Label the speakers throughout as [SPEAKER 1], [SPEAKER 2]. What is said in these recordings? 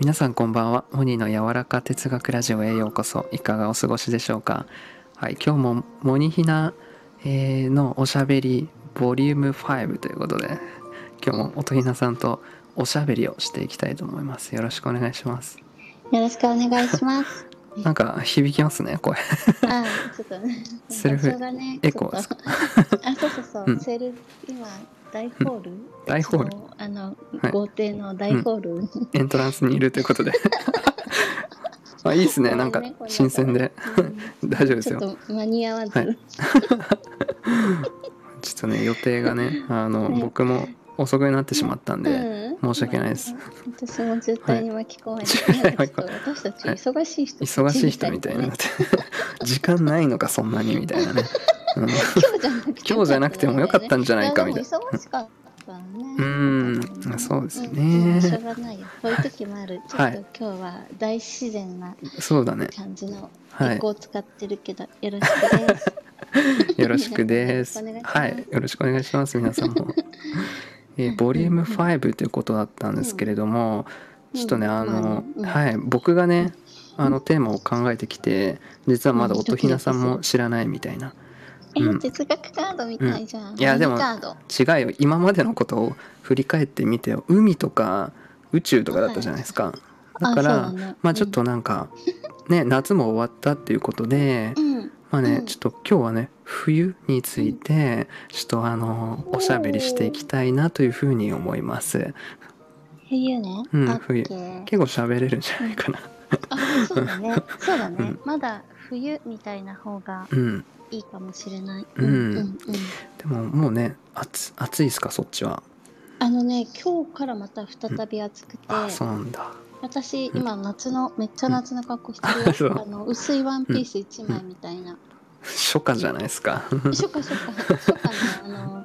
[SPEAKER 1] 皆さんこんばんはモニの柔らか哲学ラジオへようこそいかがお過ごしでしょうかはい今日もモニヒナえーのおしゃべりボリューム5ということで今日も音ひなさんとおしゃべりをしていきたいと思いますよろしくお願いします
[SPEAKER 2] よろしくお願い します。
[SPEAKER 1] なんか響きますね声
[SPEAKER 2] あ、ちょっとね、
[SPEAKER 1] セルフ
[SPEAKER 2] 場所がね
[SPEAKER 1] エコーです
[SPEAKER 2] ち ょっとあ、そうそうそう、
[SPEAKER 1] うん
[SPEAKER 2] セル今大ホール、
[SPEAKER 1] 大ホール
[SPEAKER 2] あの
[SPEAKER 1] はい
[SPEAKER 2] 豪邸の大ホール、
[SPEAKER 1] エントランスにいるという ことであいいですねなんか新鮮で大丈夫で
[SPEAKER 2] ち
[SPEAKER 1] す
[SPEAKER 2] ょっ
[SPEAKER 1] よ
[SPEAKER 2] と間に合わず、
[SPEAKER 1] はいちょっとね予定がねあの、
[SPEAKER 2] ね
[SPEAKER 1] 僕も遅くなってしまったんで、
[SPEAKER 2] うん
[SPEAKER 1] 申し訳ないです。
[SPEAKER 2] 私も絶対に巻き込まれて、
[SPEAKER 1] はい
[SPEAKER 2] なんかちょっと私たち忙しい人、
[SPEAKER 1] 忙しい人みた いになって時間ないのかそんなにみたいなね、うん、
[SPEAKER 2] 今日じゃなくて
[SPEAKER 1] 今日じゃなくてもよかったんじゃないかみたいな
[SPEAKER 2] やでも忙しかったね
[SPEAKER 1] うんそうですよね
[SPEAKER 2] うんしょうがないよこういう時もあるちょ
[SPEAKER 1] は
[SPEAKER 2] っ
[SPEAKER 1] い
[SPEAKER 2] と今日は大自然な
[SPEAKER 1] そうだね
[SPEAKER 2] 感じの
[SPEAKER 1] はい
[SPEAKER 2] エコを使ってるけど、よろしくです
[SPEAKER 1] よろしくです
[SPEAKER 2] お願いします
[SPEAKER 1] はいよろしくお願いします皆さんもえーボリューム5ということだったんですけれども
[SPEAKER 2] うん
[SPEAKER 1] ちょっとねあの、
[SPEAKER 2] うん
[SPEAKER 1] はい僕がねあのテーマを考えてきて実はまだ音ひなさんも知らないみたいな
[SPEAKER 2] え
[SPEAKER 1] うん
[SPEAKER 2] 哲学カードみたいじゃん、
[SPEAKER 1] うんいやでも
[SPEAKER 2] 何カード
[SPEAKER 1] 違いよ今までのことを振り返ってみてよ海とか宇宙とかだったじゃないですか、
[SPEAKER 2] はい
[SPEAKER 1] だから
[SPEAKER 2] あそうだね
[SPEAKER 1] まあちょっとなんか、ね夏も終わったっていうことで、
[SPEAKER 2] うん
[SPEAKER 1] まあね、
[SPEAKER 2] うん
[SPEAKER 1] ちょっと今日はね冬についてちょっとあのおしゃべりしていきたいなというふうに思います
[SPEAKER 2] 冬ね、
[SPEAKER 1] うん
[SPEAKER 2] オッケー
[SPEAKER 1] 結構喋れるんじゃないかな
[SPEAKER 2] あそうだねそうだね、
[SPEAKER 1] うん
[SPEAKER 2] まだ冬みたいな方が
[SPEAKER 1] うん
[SPEAKER 2] いいかもしれない、
[SPEAKER 1] うん
[SPEAKER 2] うんうん
[SPEAKER 1] でももうね暑暑いですかそっちは
[SPEAKER 2] あのね今日からまた再び暑くて、
[SPEAKER 1] あそうなんだ
[SPEAKER 2] 私
[SPEAKER 1] うん
[SPEAKER 2] 今夏のめっちゃ夏の格好して
[SPEAKER 1] あ
[SPEAKER 2] る
[SPEAKER 1] そう
[SPEAKER 2] よ、あの薄いワンピース1枚みたいな、
[SPEAKER 1] 初夏じゃないですか
[SPEAKER 2] 初夏初夏初夏のあの、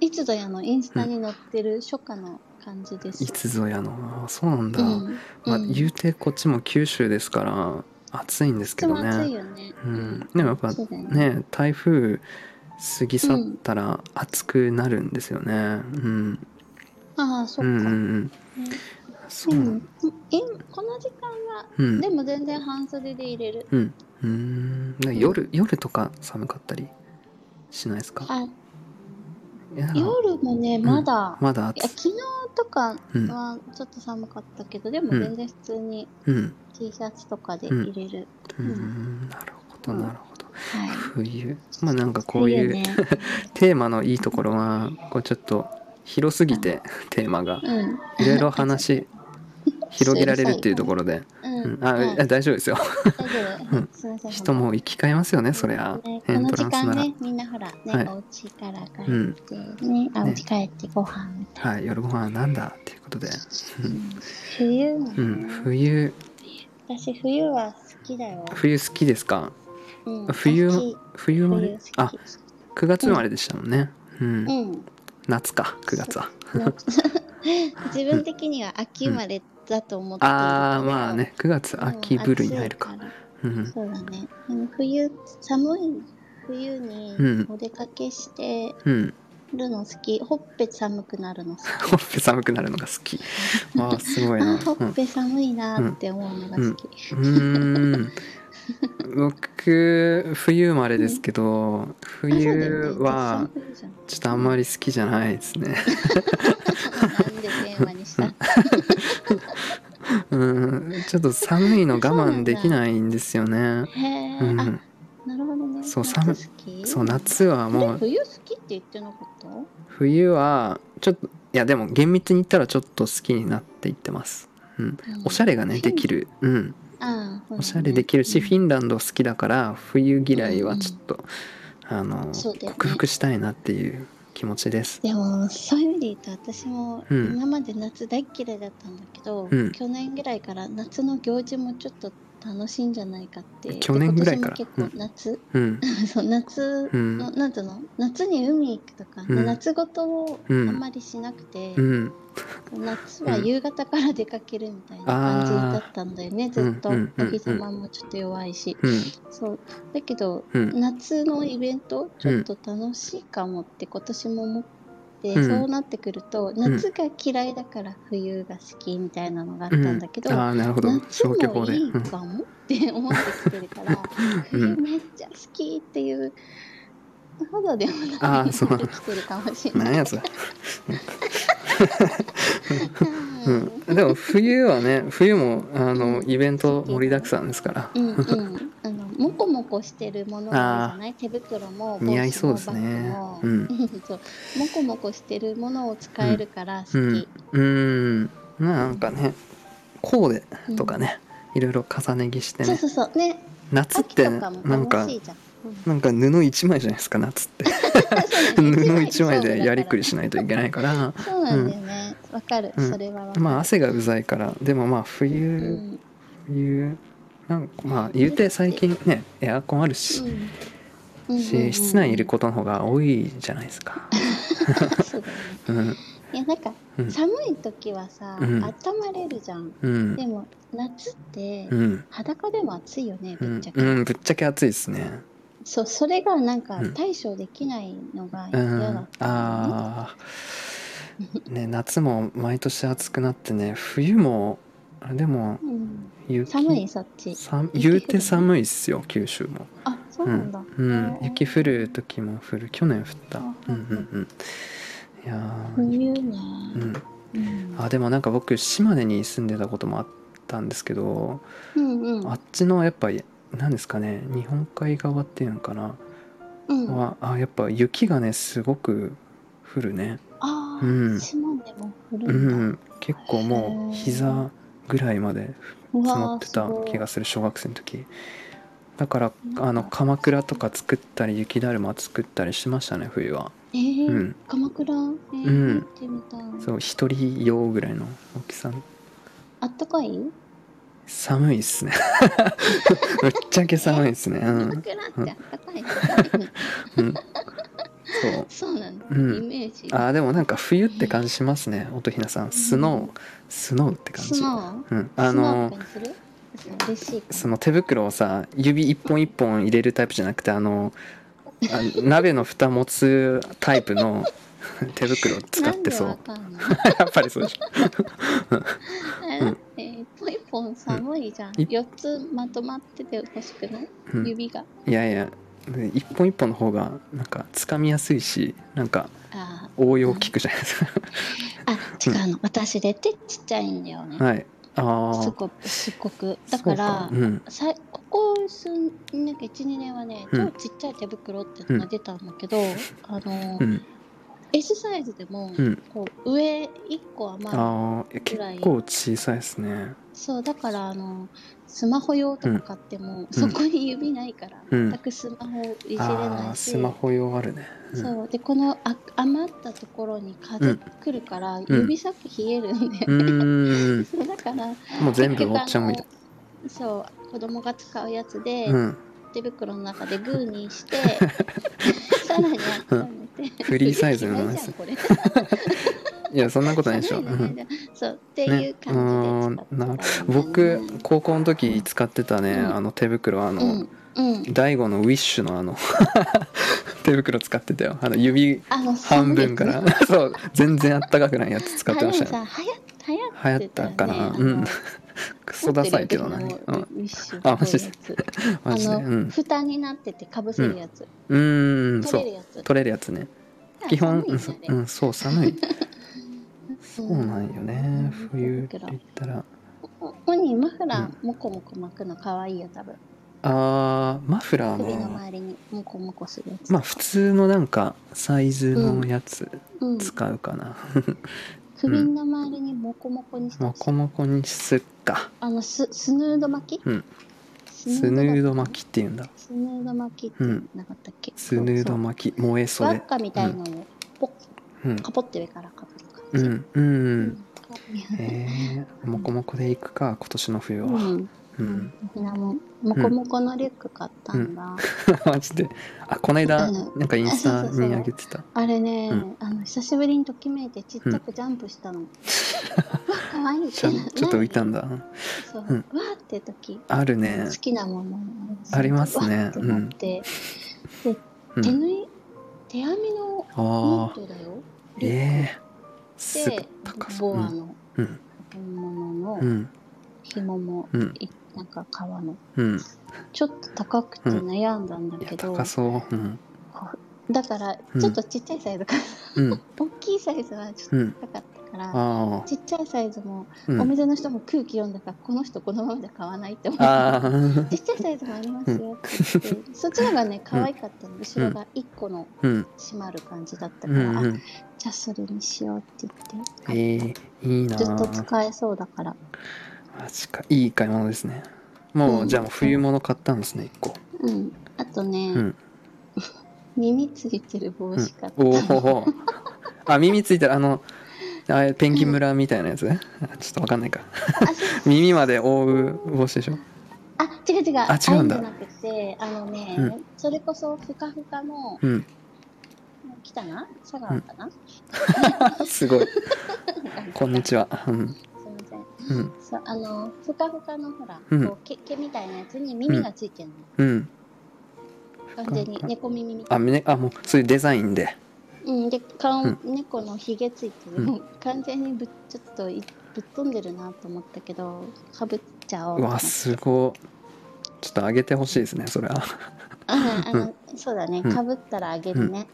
[SPEAKER 2] いつぞやのインスタに載ってる初夏の感じです
[SPEAKER 1] いつぞやのあそうなんだ、
[SPEAKER 2] うん
[SPEAKER 1] まあ、
[SPEAKER 2] うん
[SPEAKER 1] 言うてこっちも九州ですから暑いんですけど
[SPEAKER 2] とも暑い
[SPEAKER 1] ね、
[SPEAKER 2] よね。
[SPEAKER 1] うん、でもやっぱ
[SPEAKER 2] そうだよね。
[SPEAKER 1] ね台風過ぎ去ったら暑くなるんですよねうん
[SPEAKER 2] ああ、そっ
[SPEAKER 1] う
[SPEAKER 2] か。
[SPEAKER 1] んうんうんそ
[SPEAKER 2] で
[SPEAKER 1] うな
[SPEAKER 2] も
[SPEAKER 1] ん
[SPEAKER 2] いこの時間は、
[SPEAKER 1] うん
[SPEAKER 2] でも全然半袖で入れる。
[SPEAKER 1] うんうんで夜夜とか寒かったりしないですか
[SPEAKER 2] あ
[SPEAKER 1] いや
[SPEAKER 2] 夜もね、まだ、
[SPEAKER 1] まだ
[SPEAKER 2] い
[SPEAKER 1] 暑
[SPEAKER 2] や
[SPEAKER 1] い
[SPEAKER 2] 昨日とか
[SPEAKER 1] うん
[SPEAKER 2] はちょっと寒かったけど、でも
[SPEAKER 1] うん
[SPEAKER 2] 全然普通に
[SPEAKER 1] うん、
[SPEAKER 2] T シャツとかで入れる。
[SPEAKER 1] うん、なるほどなるほど
[SPEAKER 2] はい。
[SPEAKER 1] 冬まあなんかこういう
[SPEAKER 2] いいよね
[SPEAKER 1] テーマのいいところはこうちょっと広すぎてテーマが
[SPEAKER 2] うん。
[SPEAKER 1] いろいろ話広げられるっていうところで、
[SPEAKER 2] う
[SPEAKER 1] うん
[SPEAKER 2] ん。
[SPEAKER 1] あ
[SPEAKER 2] はい
[SPEAKER 1] あ大丈夫ですよ
[SPEAKER 2] 大丈夫
[SPEAKER 1] うん
[SPEAKER 2] すみません。
[SPEAKER 1] 人も行き交えますよねそりゃ、
[SPEAKER 2] ねこ
[SPEAKER 1] エン
[SPEAKER 2] の
[SPEAKER 1] ト
[SPEAKER 2] 時
[SPEAKER 1] ランス
[SPEAKER 2] 間
[SPEAKER 1] なら、
[SPEAKER 2] ね、みんなほら、ね、
[SPEAKER 1] はい
[SPEAKER 2] お家から帰って、ね、あ、お家帰ってご飯みたいな。
[SPEAKER 1] はい夜ご飯なんだっていうことで、
[SPEAKER 2] 冬なの
[SPEAKER 1] う
[SPEAKER 2] ね
[SPEAKER 1] ん、冬
[SPEAKER 2] 私冬は好きだよ。
[SPEAKER 1] 冬好きですか
[SPEAKER 2] うん
[SPEAKER 1] 冬
[SPEAKER 2] 秋
[SPEAKER 1] 冬生まれ
[SPEAKER 2] 冬好き
[SPEAKER 1] あ9月生まれでしたもんね、うん
[SPEAKER 2] うん。
[SPEAKER 1] 夏か9月は
[SPEAKER 2] 自分的には秋生まれだと思っているから。
[SPEAKER 1] あーまあね9月
[SPEAKER 2] うん。
[SPEAKER 1] 秋ブルに入るか
[SPEAKER 2] 暑い
[SPEAKER 1] うん
[SPEAKER 2] そうだね。でも冬寒い冬
[SPEAKER 1] うん
[SPEAKER 2] にお出かけして
[SPEAKER 1] うん、
[SPEAKER 2] るの好き。ほっぺ寒くなるの好き。
[SPEAKER 1] ほっぺ寒くなるのが好 き。わあ、すごいな。う
[SPEAKER 2] あ
[SPEAKER 1] ん
[SPEAKER 2] ー、ほっぺ寒いなーって思うのが好き。
[SPEAKER 1] うーん僕冬生まれですけど、
[SPEAKER 2] あそうだ
[SPEAKER 1] 冬
[SPEAKER 2] よね
[SPEAKER 1] は
[SPEAKER 2] たくさん冬じゃん
[SPEAKER 1] ちょっとあんまり好きじゃないですね。
[SPEAKER 2] なんで電話にした
[SPEAKER 1] うん、ちょっと寒いの我慢できないんですよね。
[SPEAKER 2] へえ、
[SPEAKER 1] うん、
[SPEAKER 2] あなるほどね
[SPEAKER 1] そう
[SPEAKER 2] 夏
[SPEAKER 1] 寒い
[SPEAKER 2] 好き
[SPEAKER 1] そう夏はも
[SPEAKER 2] え
[SPEAKER 1] う
[SPEAKER 2] 冬好きって言ってなかった
[SPEAKER 1] 冬はちょっといやでも厳密に言ったらちょっと好きになっていってます。うん、おしゃれがねできる。うん、
[SPEAKER 2] ああ
[SPEAKER 1] おしゃれできるし、フィンランド好きだから冬嫌いはちょっと、あの
[SPEAKER 2] そうだよね
[SPEAKER 1] 克服したいなっていう気持ちです。
[SPEAKER 2] でもそういう意味で言うと私も
[SPEAKER 1] うん
[SPEAKER 2] 今まで夏大っ嫌いだったんだけど、
[SPEAKER 1] うん
[SPEAKER 2] 去年ぐらいから夏の行事もちょっと楽しいんじゃないかって
[SPEAKER 1] 去年ぐらいから
[SPEAKER 2] で今年も結構夏、
[SPEAKER 1] うん、
[SPEAKER 2] そう夏の、なんていうの夏に海行くとか、
[SPEAKER 1] うん
[SPEAKER 2] 夏ごとをあ
[SPEAKER 1] うん
[SPEAKER 2] んまりしなくて、
[SPEAKER 1] うん、
[SPEAKER 2] 夏は夕方から出かけるみたいな感じだったんだよね、ずっと、
[SPEAKER 1] うんうんうんうん
[SPEAKER 2] お日様もちょっと弱いし、
[SPEAKER 1] うん、
[SPEAKER 2] そうだけど
[SPEAKER 1] うん、
[SPEAKER 2] 夏のイベントちょっと楽しいかもって今年も思っって、
[SPEAKER 1] うん
[SPEAKER 2] そうなってくると夏が嫌いだから冬が好きみたいなのがあったんだけど、
[SPEAKER 1] ああなるほど
[SPEAKER 2] 夏
[SPEAKER 1] 消去法
[SPEAKER 2] も
[SPEAKER 1] で、
[SPEAKER 2] いい
[SPEAKER 1] うん
[SPEAKER 2] かもって思ってきてるから 冬めっちゃ好きっていう肌でも
[SPEAKER 1] あ
[SPEAKER 2] な
[SPEAKER 1] ー
[SPEAKER 2] い
[SPEAKER 1] そ
[SPEAKER 2] 生
[SPEAKER 1] うなんだ
[SPEAKER 2] きてるかもしれな
[SPEAKER 1] 何
[SPEAKER 2] い。
[SPEAKER 1] やつ、うん、でも冬はね冬もあのイベント盛りだくさんですから
[SPEAKER 2] うんうん、あのもこもこしてるものがあるじゃない手袋も帽子も
[SPEAKER 1] 似合いそうですね
[SPEAKER 2] バッ
[SPEAKER 1] う
[SPEAKER 2] グも、
[SPEAKER 1] ん
[SPEAKER 2] そうもこもこしてるものを使えるから好き、
[SPEAKER 1] うんうんなんかねコーデ
[SPEAKER 2] うん
[SPEAKER 1] とかねいろいろ重ね着して
[SPEAKER 2] そう
[SPEAKER 1] ね
[SPEAKER 2] そうそうね
[SPEAKER 1] 夏っ
[SPEAKER 2] 秋
[SPEAKER 1] て
[SPEAKER 2] と
[SPEAKER 1] な
[SPEAKER 2] か
[SPEAKER 1] ん
[SPEAKER 2] も
[SPEAKER 1] か
[SPEAKER 2] 楽しいじゃんうん
[SPEAKER 1] なんか布一枚じゃないですか夏って
[SPEAKER 2] そうなんだよ
[SPEAKER 1] 布一枚でやりくりしないといけないから
[SPEAKER 2] そうなんだよねわ、かる、
[SPEAKER 1] うん
[SPEAKER 2] それはわかる
[SPEAKER 1] まあ汗がうざいからでもまあ
[SPEAKER 2] う
[SPEAKER 1] 冬
[SPEAKER 2] ん
[SPEAKER 1] 冬なんかまあ言うて最近ねエアコンあるし、
[SPEAKER 2] うんうんうんう
[SPEAKER 1] し
[SPEAKER 2] ん
[SPEAKER 1] 室内にいることの方が多いじゃないですか。
[SPEAKER 2] そうだよ
[SPEAKER 1] う
[SPEAKER 2] ね
[SPEAKER 1] ん
[SPEAKER 2] いやなんか
[SPEAKER 1] うん
[SPEAKER 2] 寒い時はさ、
[SPEAKER 1] うん
[SPEAKER 2] 温まれるじゃん
[SPEAKER 1] うん
[SPEAKER 2] でも夏って
[SPEAKER 1] うん
[SPEAKER 2] 裸でも暑いよね
[SPEAKER 1] う
[SPEAKER 2] ぶっ
[SPEAKER 1] ん
[SPEAKER 2] ちゃけ、
[SPEAKER 1] うんぶっちゃけ暑いですね。
[SPEAKER 2] そうそれがなんか
[SPEAKER 1] うん
[SPEAKER 2] 対処できないのが
[SPEAKER 1] う
[SPEAKER 2] 嫌だ
[SPEAKER 1] ん
[SPEAKER 2] っ、たのね、
[SPEAKER 1] あーね夏も毎年暑くなってね冬もあれでも
[SPEAKER 2] うん
[SPEAKER 1] 雪
[SPEAKER 2] 寒いそっち
[SPEAKER 1] 寒
[SPEAKER 2] 雪降
[SPEAKER 1] 言
[SPEAKER 2] る
[SPEAKER 1] うて寒いっすよ九州も、
[SPEAKER 2] あそう
[SPEAKER 1] う
[SPEAKER 2] なんだ、
[SPEAKER 1] んうん、雪降る時も降る去年降ったう
[SPEAKER 2] あ
[SPEAKER 1] んう
[SPEAKER 2] ー
[SPEAKER 1] んうんいやー
[SPEAKER 2] 冬ね、
[SPEAKER 1] うん
[SPEAKER 2] うん
[SPEAKER 1] あでもなんか僕島根に住んでたこともあったんですけど
[SPEAKER 2] うんうん
[SPEAKER 1] あっちのやっぱり何ですかね日本海側っていうのかな、
[SPEAKER 2] うん
[SPEAKER 1] はあやっぱ雪がねすごく降るね
[SPEAKER 2] あ
[SPEAKER 1] うん
[SPEAKER 2] あ島根も降
[SPEAKER 1] う
[SPEAKER 2] るんだ、
[SPEAKER 1] ん結構もう膝ぐらいまで
[SPEAKER 2] う
[SPEAKER 1] 積
[SPEAKER 2] わ
[SPEAKER 1] も
[SPEAKER 2] あ
[SPEAKER 1] ってた
[SPEAKER 2] すごい
[SPEAKER 1] 気がする小学生の時だから
[SPEAKER 2] なんか
[SPEAKER 1] あの鎌倉とか作ったり雪だるま作ったりしましたね冬は
[SPEAKER 2] えー
[SPEAKER 1] うん
[SPEAKER 2] 鎌倉、えー
[SPEAKER 1] うん
[SPEAKER 2] 行ってみたい
[SPEAKER 1] そう一人用ぐらいの大きさの
[SPEAKER 2] あったかい
[SPEAKER 1] 寒いっすね ぶっちゃけ寒いっすねうん
[SPEAKER 2] 鎌倉ってあったかいの、
[SPEAKER 1] うん、そう
[SPEAKER 2] そうなんだ、
[SPEAKER 1] うん
[SPEAKER 2] イメージ
[SPEAKER 1] あーでもなんか冬って感じしますね音ひなさんスノー、スノーって感じ
[SPEAKER 2] スノ
[SPEAKER 1] うん、
[SPEAKER 2] ー
[SPEAKER 1] あ
[SPEAKER 2] ス
[SPEAKER 1] の
[SPEAKER 2] ノーとかにする嬉しいか
[SPEAKER 1] その手袋をさ指一本一本入れるタイプじゃなくてあのあ鍋の蓋持つタイプの 手袋を使
[SPEAKER 2] な
[SPEAKER 1] っ
[SPEAKER 2] ん
[SPEAKER 1] て
[SPEAKER 2] で
[SPEAKER 1] そう
[SPEAKER 2] わかんない
[SPEAKER 1] やっぱりそうでしょ
[SPEAKER 2] えだって一本一本寒いじゃん
[SPEAKER 1] い
[SPEAKER 2] 四つまとまってて欲しくない
[SPEAKER 1] うん
[SPEAKER 2] 指が
[SPEAKER 1] いやいや一本一本の方がなんか掴みやすいしなんか
[SPEAKER 2] あ
[SPEAKER 1] 応用効くじゃないですか
[SPEAKER 2] ーあ違うの私出てちっちゃいんだよね
[SPEAKER 1] はいああ
[SPEAKER 2] すごくすごくだから
[SPEAKER 1] うん
[SPEAKER 2] さいここ数なんか12年はね
[SPEAKER 1] うん
[SPEAKER 2] 超ちっちゃい手袋っていうのが出たんだけど、あの、
[SPEAKER 1] うん
[SPEAKER 2] S サイズでも、
[SPEAKER 1] うん
[SPEAKER 2] こう上1個余る
[SPEAKER 1] ああ結構小さいですね
[SPEAKER 2] そうだからあのスマホ用とか買っても、そこに指ないから、
[SPEAKER 1] うん
[SPEAKER 2] 全くスマホいじれ
[SPEAKER 1] あ
[SPEAKER 2] な
[SPEAKER 1] あ
[SPEAKER 2] いし、
[SPEAKER 1] スマホ用あるね、うん
[SPEAKER 2] そうでこのあ余ったところに風
[SPEAKER 1] うん
[SPEAKER 2] 来るから、指先冷えるんで、
[SPEAKER 1] うーん
[SPEAKER 2] そう だから
[SPEAKER 1] もう全部
[SPEAKER 2] 結
[SPEAKER 1] お
[SPEAKER 2] 局
[SPEAKER 1] っちゃんもいた。
[SPEAKER 2] あのそう子供が使うやつで、
[SPEAKER 1] うん。
[SPEAKER 2] 手袋の中でグーにして さらに温めて
[SPEAKER 1] フリーサイズのやつ
[SPEAKER 2] すこれ
[SPEAKER 1] いや、そんなことないでしょ。う
[SPEAKER 2] 寒い
[SPEAKER 1] ん
[SPEAKER 2] ねそうってい
[SPEAKER 1] ね
[SPEAKER 2] う、
[SPEAKER 1] う
[SPEAKER 2] 感
[SPEAKER 1] ー
[SPEAKER 2] じ
[SPEAKER 1] ん
[SPEAKER 2] で使
[SPEAKER 1] なん
[SPEAKER 2] ってたらいい
[SPEAKER 1] る
[SPEAKER 2] だよね
[SPEAKER 1] 僕高校の時使ってたね、
[SPEAKER 2] うん
[SPEAKER 1] あの手袋あ
[SPEAKER 2] う
[SPEAKER 1] の、
[SPEAKER 2] んうん
[SPEAKER 1] 大悟のウィッシュのあ の手袋使ってたよあの指
[SPEAKER 2] あの
[SPEAKER 1] 半分から そう全然あったかくないやつ使ってました
[SPEAKER 2] あ
[SPEAKER 1] ね
[SPEAKER 2] れもさ
[SPEAKER 1] 流
[SPEAKER 2] 流行流
[SPEAKER 1] 行
[SPEAKER 2] 行
[SPEAKER 1] っ
[SPEAKER 2] って
[SPEAKER 1] た
[SPEAKER 2] よね
[SPEAKER 1] かな
[SPEAKER 2] あ
[SPEAKER 1] う
[SPEAKER 2] の
[SPEAKER 1] んクソダサいけどな、
[SPEAKER 2] 持ってる時の
[SPEAKER 1] うん、
[SPEAKER 2] ウィッシュ
[SPEAKER 1] あマジで
[SPEAKER 2] こういうやつ
[SPEAKER 1] マジで
[SPEAKER 2] あ
[SPEAKER 1] う
[SPEAKER 2] の、
[SPEAKER 1] ん
[SPEAKER 2] 蓋になっててかぶせるやつ、
[SPEAKER 1] うーんそ
[SPEAKER 2] 取
[SPEAKER 1] う
[SPEAKER 2] れるやつ
[SPEAKER 1] 取れるやつね基本
[SPEAKER 2] 寒いよね
[SPEAKER 1] うんそう 寒い
[SPEAKER 2] そ
[SPEAKER 1] そうなんよね冬って言ったら
[SPEAKER 2] 本人マフラーもこもこ巻くの可愛いよ多分
[SPEAKER 1] あーマフラー
[SPEAKER 2] 首の
[SPEAKER 1] の
[SPEAKER 2] 周りにもこもこするやつ、
[SPEAKER 1] まあ普通のなんかサイズのやつ
[SPEAKER 2] うん、
[SPEAKER 1] 使うかな、
[SPEAKER 2] 首の周りにもこもこにした
[SPEAKER 1] モ
[SPEAKER 2] りし
[SPEAKER 1] コモコにすっか
[SPEAKER 2] あのススヌード巻き、
[SPEAKER 1] うん
[SPEAKER 2] ス
[SPEAKER 1] スヌード
[SPEAKER 2] だっ
[SPEAKER 1] 巻きっていうんだ
[SPEAKER 2] たスヌード巻きって
[SPEAKER 1] うん
[SPEAKER 2] なかったっけ、
[SPEAKER 1] スヌード
[SPEAKER 2] 巻
[SPEAKER 1] 巻き燃え
[SPEAKER 2] き輪
[SPEAKER 1] 袖
[SPEAKER 2] っかみたいなのをポッ
[SPEAKER 1] うん
[SPEAKER 2] カポって上からかぶる感
[SPEAKER 1] う
[SPEAKER 2] じ、
[SPEAKER 1] んう
[SPEAKER 2] うんん
[SPEAKER 1] へえモコモコで行くか今年の冬は
[SPEAKER 2] う、
[SPEAKER 1] うんん
[SPEAKER 2] みんなももこもこのリュック買ったんだ、
[SPEAKER 1] マジであこの間
[SPEAKER 2] うん
[SPEAKER 1] なんかインスタにあげてた
[SPEAKER 2] あれね、
[SPEAKER 1] うん
[SPEAKER 2] あの久しぶりにときめいてちっちゃくジャンプし たの、うわ可愛いっ
[SPEAKER 1] ち
[SPEAKER 2] て
[SPEAKER 1] ょちょっと浮いたんだ
[SPEAKER 2] そう、
[SPEAKER 1] うん
[SPEAKER 2] わーって時、
[SPEAKER 1] あるね
[SPEAKER 2] 好きなもの
[SPEAKER 1] ありますね
[SPEAKER 2] わーってなって、
[SPEAKER 1] う
[SPEAKER 2] 手
[SPEAKER 1] ん
[SPEAKER 2] 縫い手編みのニ
[SPEAKER 1] あ
[SPEAKER 2] ートだよ。
[SPEAKER 1] ええすごい
[SPEAKER 2] で
[SPEAKER 1] 高そう。
[SPEAKER 2] ボ
[SPEAKER 1] う
[SPEAKER 2] ア
[SPEAKER 1] ん
[SPEAKER 2] の
[SPEAKER 1] うん
[SPEAKER 2] 本物
[SPEAKER 1] う
[SPEAKER 2] の
[SPEAKER 1] ん
[SPEAKER 2] 紐も、
[SPEAKER 1] うん
[SPEAKER 2] いなんか革の
[SPEAKER 1] うん。
[SPEAKER 2] ちょっと高くて悩んだんだ
[SPEAKER 1] いや
[SPEAKER 2] けど、
[SPEAKER 1] 高そう。うん
[SPEAKER 2] だから
[SPEAKER 1] うん
[SPEAKER 2] ちょっとちっちゃいサイズか、
[SPEAKER 1] うん
[SPEAKER 2] 大きいサイズはちょっ
[SPEAKER 1] うん。
[SPEAKER 2] と高かったから、
[SPEAKER 1] ああ
[SPEAKER 2] ちっちゃいサイズも、
[SPEAKER 1] うん
[SPEAKER 2] お店の人も空気読んだからこの人このままじゃ買わないって思
[SPEAKER 1] あ
[SPEAKER 2] って
[SPEAKER 1] あ
[SPEAKER 2] ちっちゃいサイズもありますよって言ってそっちのがね可愛かったの後ろが1個の
[SPEAKER 1] うん
[SPEAKER 2] 閉まる感じだった
[SPEAKER 1] う
[SPEAKER 2] か
[SPEAKER 1] ん
[SPEAKER 2] ら、
[SPEAKER 1] う
[SPEAKER 2] あ
[SPEAKER 1] ん。
[SPEAKER 2] じゃあそれにしようって
[SPEAKER 1] え
[SPEAKER 2] 言って買った
[SPEAKER 1] えいいな
[SPEAKER 2] ずっと
[SPEAKER 1] あ。
[SPEAKER 2] 使えそうだから
[SPEAKER 1] マジかいい買い物ですね。も
[SPEAKER 2] う
[SPEAKER 1] うんじゃあもう冬物買ったんですね一個。
[SPEAKER 2] うんあとね、
[SPEAKER 1] うん
[SPEAKER 2] 耳ついてる帽
[SPEAKER 1] うん
[SPEAKER 2] 子買った、
[SPEAKER 1] おお。あ耳ついたらあのあれペンギン村みたいなやつ、あちょっとわかんないか。
[SPEAKER 2] あそう
[SPEAKER 1] 耳まで覆う帽子でしょ。
[SPEAKER 2] あ違う違う
[SPEAKER 1] あ違うんだ
[SPEAKER 2] ああいうんじゃなくてあのね、
[SPEAKER 1] う
[SPEAKER 2] それこそふかふかの
[SPEAKER 1] うん。
[SPEAKER 2] 来たな佐川かな、
[SPEAKER 1] すごい。こんにちは。うん
[SPEAKER 2] すいません
[SPEAKER 1] うん
[SPEAKER 2] そうあのふかふかのほら、
[SPEAKER 1] うん
[SPEAKER 2] こう毛毛みたいなやつに耳がついてるの、
[SPEAKER 1] うん。
[SPEAKER 2] 完全に猫耳みた
[SPEAKER 1] あ
[SPEAKER 2] いな、
[SPEAKER 1] みねあもうそういうデザインで。
[SPEAKER 2] うん、で顔、
[SPEAKER 1] うん
[SPEAKER 2] 猫のひげついてる、
[SPEAKER 1] うん
[SPEAKER 2] もう完全にぶっちょっといぶっ飛んでるなと思ったけどかぶっちゃお
[SPEAKER 1] う
[SPEAKER 2] うと思
[SPEAKER 1] わ
[SPEAKER 2] って
[SPEAKER 1] すごい。ちょっと上げてほしいですねそれは。
[SPEAKER 2] うんあの、そうだね
[SPEAKER 1] うん
[SPEAKER 2] かぶったらあげるね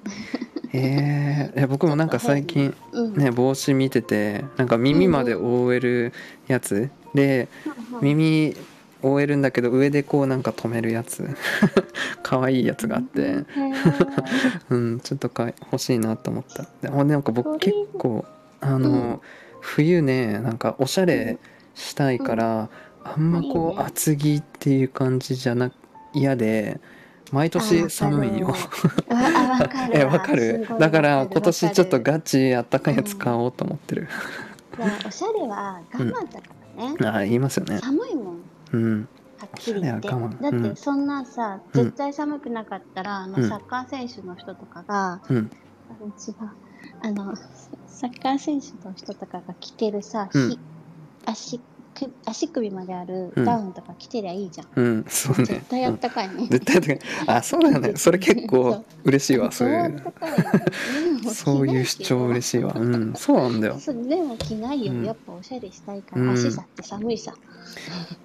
[SPEAKER 1] ええいや僕もなんか最近。
[SPEAKER 2] うん、
[SPEAKER 1] ね、帽子見ててなんか耳まで覆えるやつで
[SPEAKER 2] うん
[SPEAKER 1] 耳覆えるんだけど上でこうなんか止めるやつ 可愛いやつがあって、
[SPEAKER 2] へー
[SPEAKER 1] うん、ちょっとかい欲しいなと思ったでほんでなんか僕
[SPEAKER 2] これ
[SPEAKER 1] 結構あの、
[SPEAKER 2] うん
[SPEAKER 1] 冬ねなんかおしゃれしたいから、あんま
[SPEAKER 2] いい
[SPEAKER 1] こう
[SPEAKER 2] ね
[SPEAKER 1] 厚着っていう感じじゃな嫌で毎
[SPEAKER 2] あ
[SPEAKER 1] 年寒いよ。
[SPEAKER 2] わあわか る
[SPEAKER 1] え
[SPEAKER 2] わ
[SPEAKER 1] わかる
[SPEAKER 2] すごい
[SPEAKER 1] だから
[SPEAKER 2] わ
[SPEAKER 1] 今年ちょっと
[SPEAKER 2] わか
[SPEAKER 1] ガチあったかいやつ買おうと思ってる、
[SPEAKER 2] るいやおしゃれは我慢だからね、
[SPEAKER 1] ああ言いますよね
[SPEAKER 2] 寒いもん
[SPEAKER 1] うん
[SPEAKER 2] はっきり言って
[SPEAKER 1] おしゃれは我慢うん
[SPEAKER 2] だってそんなさ、絶対寒くなかったらあの
[SPEAKER 1] うん
[SPEAKER 2] サッカー選手の人とかが、
[SPEAKER 1] うん
[SPEAKER 2] あの違うあのサッカー選手の人とかが着てるさ、
[SPEAKER 1] うん
[SPEAKER 2] ひ足く足首まである
[SPEAKER 1] うん
[SPEAKER 2] ダウンとか着てりゃいいじゃん、
[SPEAKER 1] うんそうね
[SPEAKER 2] 絶対あったかいね、
[SPEAKER 1] うん絶対だからあそうだよねそれ結構嬉 しいわそうい
[SPEAKER 2] あった
[SPEAKER 1] う
[SPEAKER 2] かいよねでも
[SPEAKER 1] そういう主
[SPEAKER 2] 着
[SPEAKER 1] 張
[SPEAKER 2] ないけど
[SPEAKER 1] 嬉しいわうんそうなんだよ
[SPEAKER 2] そうでも着ないよ、
[SPEAKER 1] うん
[SPEAKER 2] やっぱおしゃれしたいから、
[SPEAKER 1] うん
[SPEAKER 2] 足だって寒いさ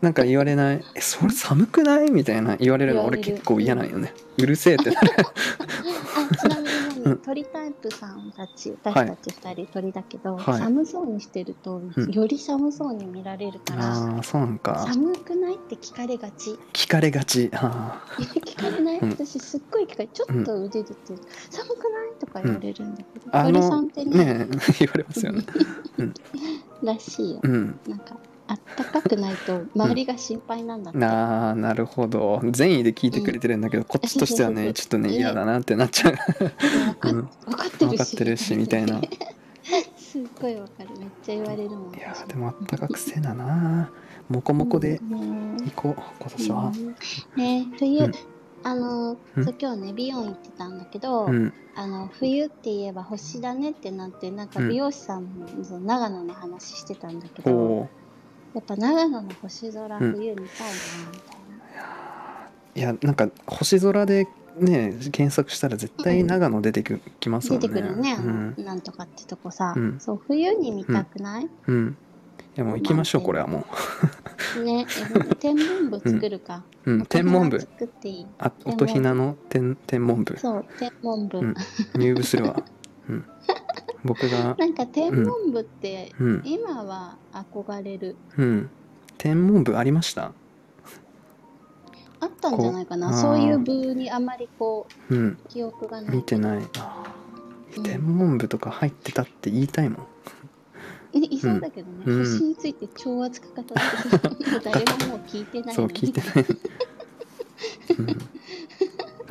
[SPEAKER 1] なんか言われない「えそれ寒くない?」みたいな言われるの
[SPEAKER 2] 言われ
[SPEAKER 1] 俺
[SPEAKER 2] る
[SPEAKER 1] 結構嫌なんよねうるせえってな る
[SPEAKER 2] あちなみに
[SPEAKER 1] う
[SPEAKER 2] 何
[SPEAKER 1] ん
[SPEAKER 2] 鳥タイプさんたち私たち2人鳥だけど、
[SPEAKER 1] はい
[SPEAKER 2] 寒そうにしてると、
[SPEAKER 1] うん
[SPEAKER 2] より寒そうに見られるから
[SPEAKER 1] ああそうなんか
[SPEAKER 2] 寒くないって聞かれが ち
[SPEAKER 1] 聞かれがちああ
[SPEAKER 2] 聞かれない、
[SPEAKER 1] うん
[SPEAKER 2] 私すっごい聞かれちょっと腕出てる、寒くないとか言われるんだけど、
[SPEAKER 1] あ
[SPEAKER 2] 鳥さ
[SPEAKER 1] の
[SPEAKER 2] んってね
[SPEAKER 1] ねえ 言われますよね
[SPEAKER 2] らしいよ
[SPEAKER 1] うん
[SPEAKER 2] なんかあったかくないと周りが心配なんだって、
[SPEAKER 1] なあなるほど善意で聞いてくれてるんだけど、こっちとしてはねちょっとね嫌だなってなっちゃう
[SPEAKER 2] 分かっ
[SPEAKER 1] うん
[SPEAKER 2] 分かってる
[SPEAKER 1] 分
[SPEAKER 2] し
[SPEAKER 1] かってるしみたいな
[SPEAKER 2] すっごいわかるめっちゃ言われるもん
[SPEAKER 1] いや
[SPEAKER 2] 私
[SPEAKER 1] ーでもあったかくせえななモコモコで
[SPEAKER 2] うんね
[SPEAKER 1] 行こう今年は
[SPEAKER 2] ね冬、
[SPEAKER 1] うん
[SPEAKER 2] あの
[SPEAKER 1] うん
[SPEAKER 2] そう今日ね美容院行ってたんだけど、
[SPEAKER 1] うん
[SPEAKER 2] あの冬って言えば星だねってなってなんか
[SPEAKER 1] うん
[SPEAKER 2] 美容師さんもその長野の話してたんだけ
[SPEAKER 1] お
[SPEAKER 2] ど、
[SPEAKER 1] お
[SPEAKER 2] やっぱ長野の星空
[SPEAKER 1] うん
[SPEAKER 2] 冬見たいなみたいな、
[SPEAKER 1] いやなんか星空でね検索したら絶対長野出てくきますもん
[SPEAKER 2] 出
[SPEAKER 1] ね
[SPEAKER 2] てくるね、あ
[SPEAKER 1] う
[SPEAKER 2] の
[SPEAKER 1] ん、
[SPEAKER 2] なんとかってとこさ、
[SPEAKER 1] うん
[SPEAKER 2] そう冬に見たくない、
[SPEAKER 1] うん、いやもう行きましょうこれはも
[SPEAKER 2] ね天文部作るか、
[SPEAKER 1] う、うん、天文部
[SPEAKER 2] 作っていい
[SPEAKER 1] あ音ひなの天天文部
[SPEAKER 2] そう天文部、
[SPEAKER 1] うん入部するわ、うん、僕が
[SPEAKER 2] なんか天文部って
[SPEAKER 1] うん
[SPEAKER 2] 今は憧れる、
[SPEAKER 1] うん天文部ありました
[SPEAKER 2] あったんじゃないか
[SPEAKER 1] こ
[SPEAKER 2] な
[SPEAKER 1] うあー
[SPEAKER 2] そういう部にあまりこ
[SPEAKER 1] うん
[SPEAKER 2] う記憶がない
[SPEAKER 1] 見てないあ
[SPEAKER 2] う
[SPEAKER 1] ー
[SPEAKER 2] ん
[SPEAKER 1] 天文部とか入ってたって言いたいもん
[SPEAKER 2] いいそうだけどね、
[SPEAKER 1] うん
[SPEAKER 2] 星について超熱く語ってる誰ももう聞いてない
[SPEAKER 1] そう
[SPEAKER 2] の
[SPEAKER 1] 聞い
[SPEAKER 2] に
[SPEAKER 1] てない、うん、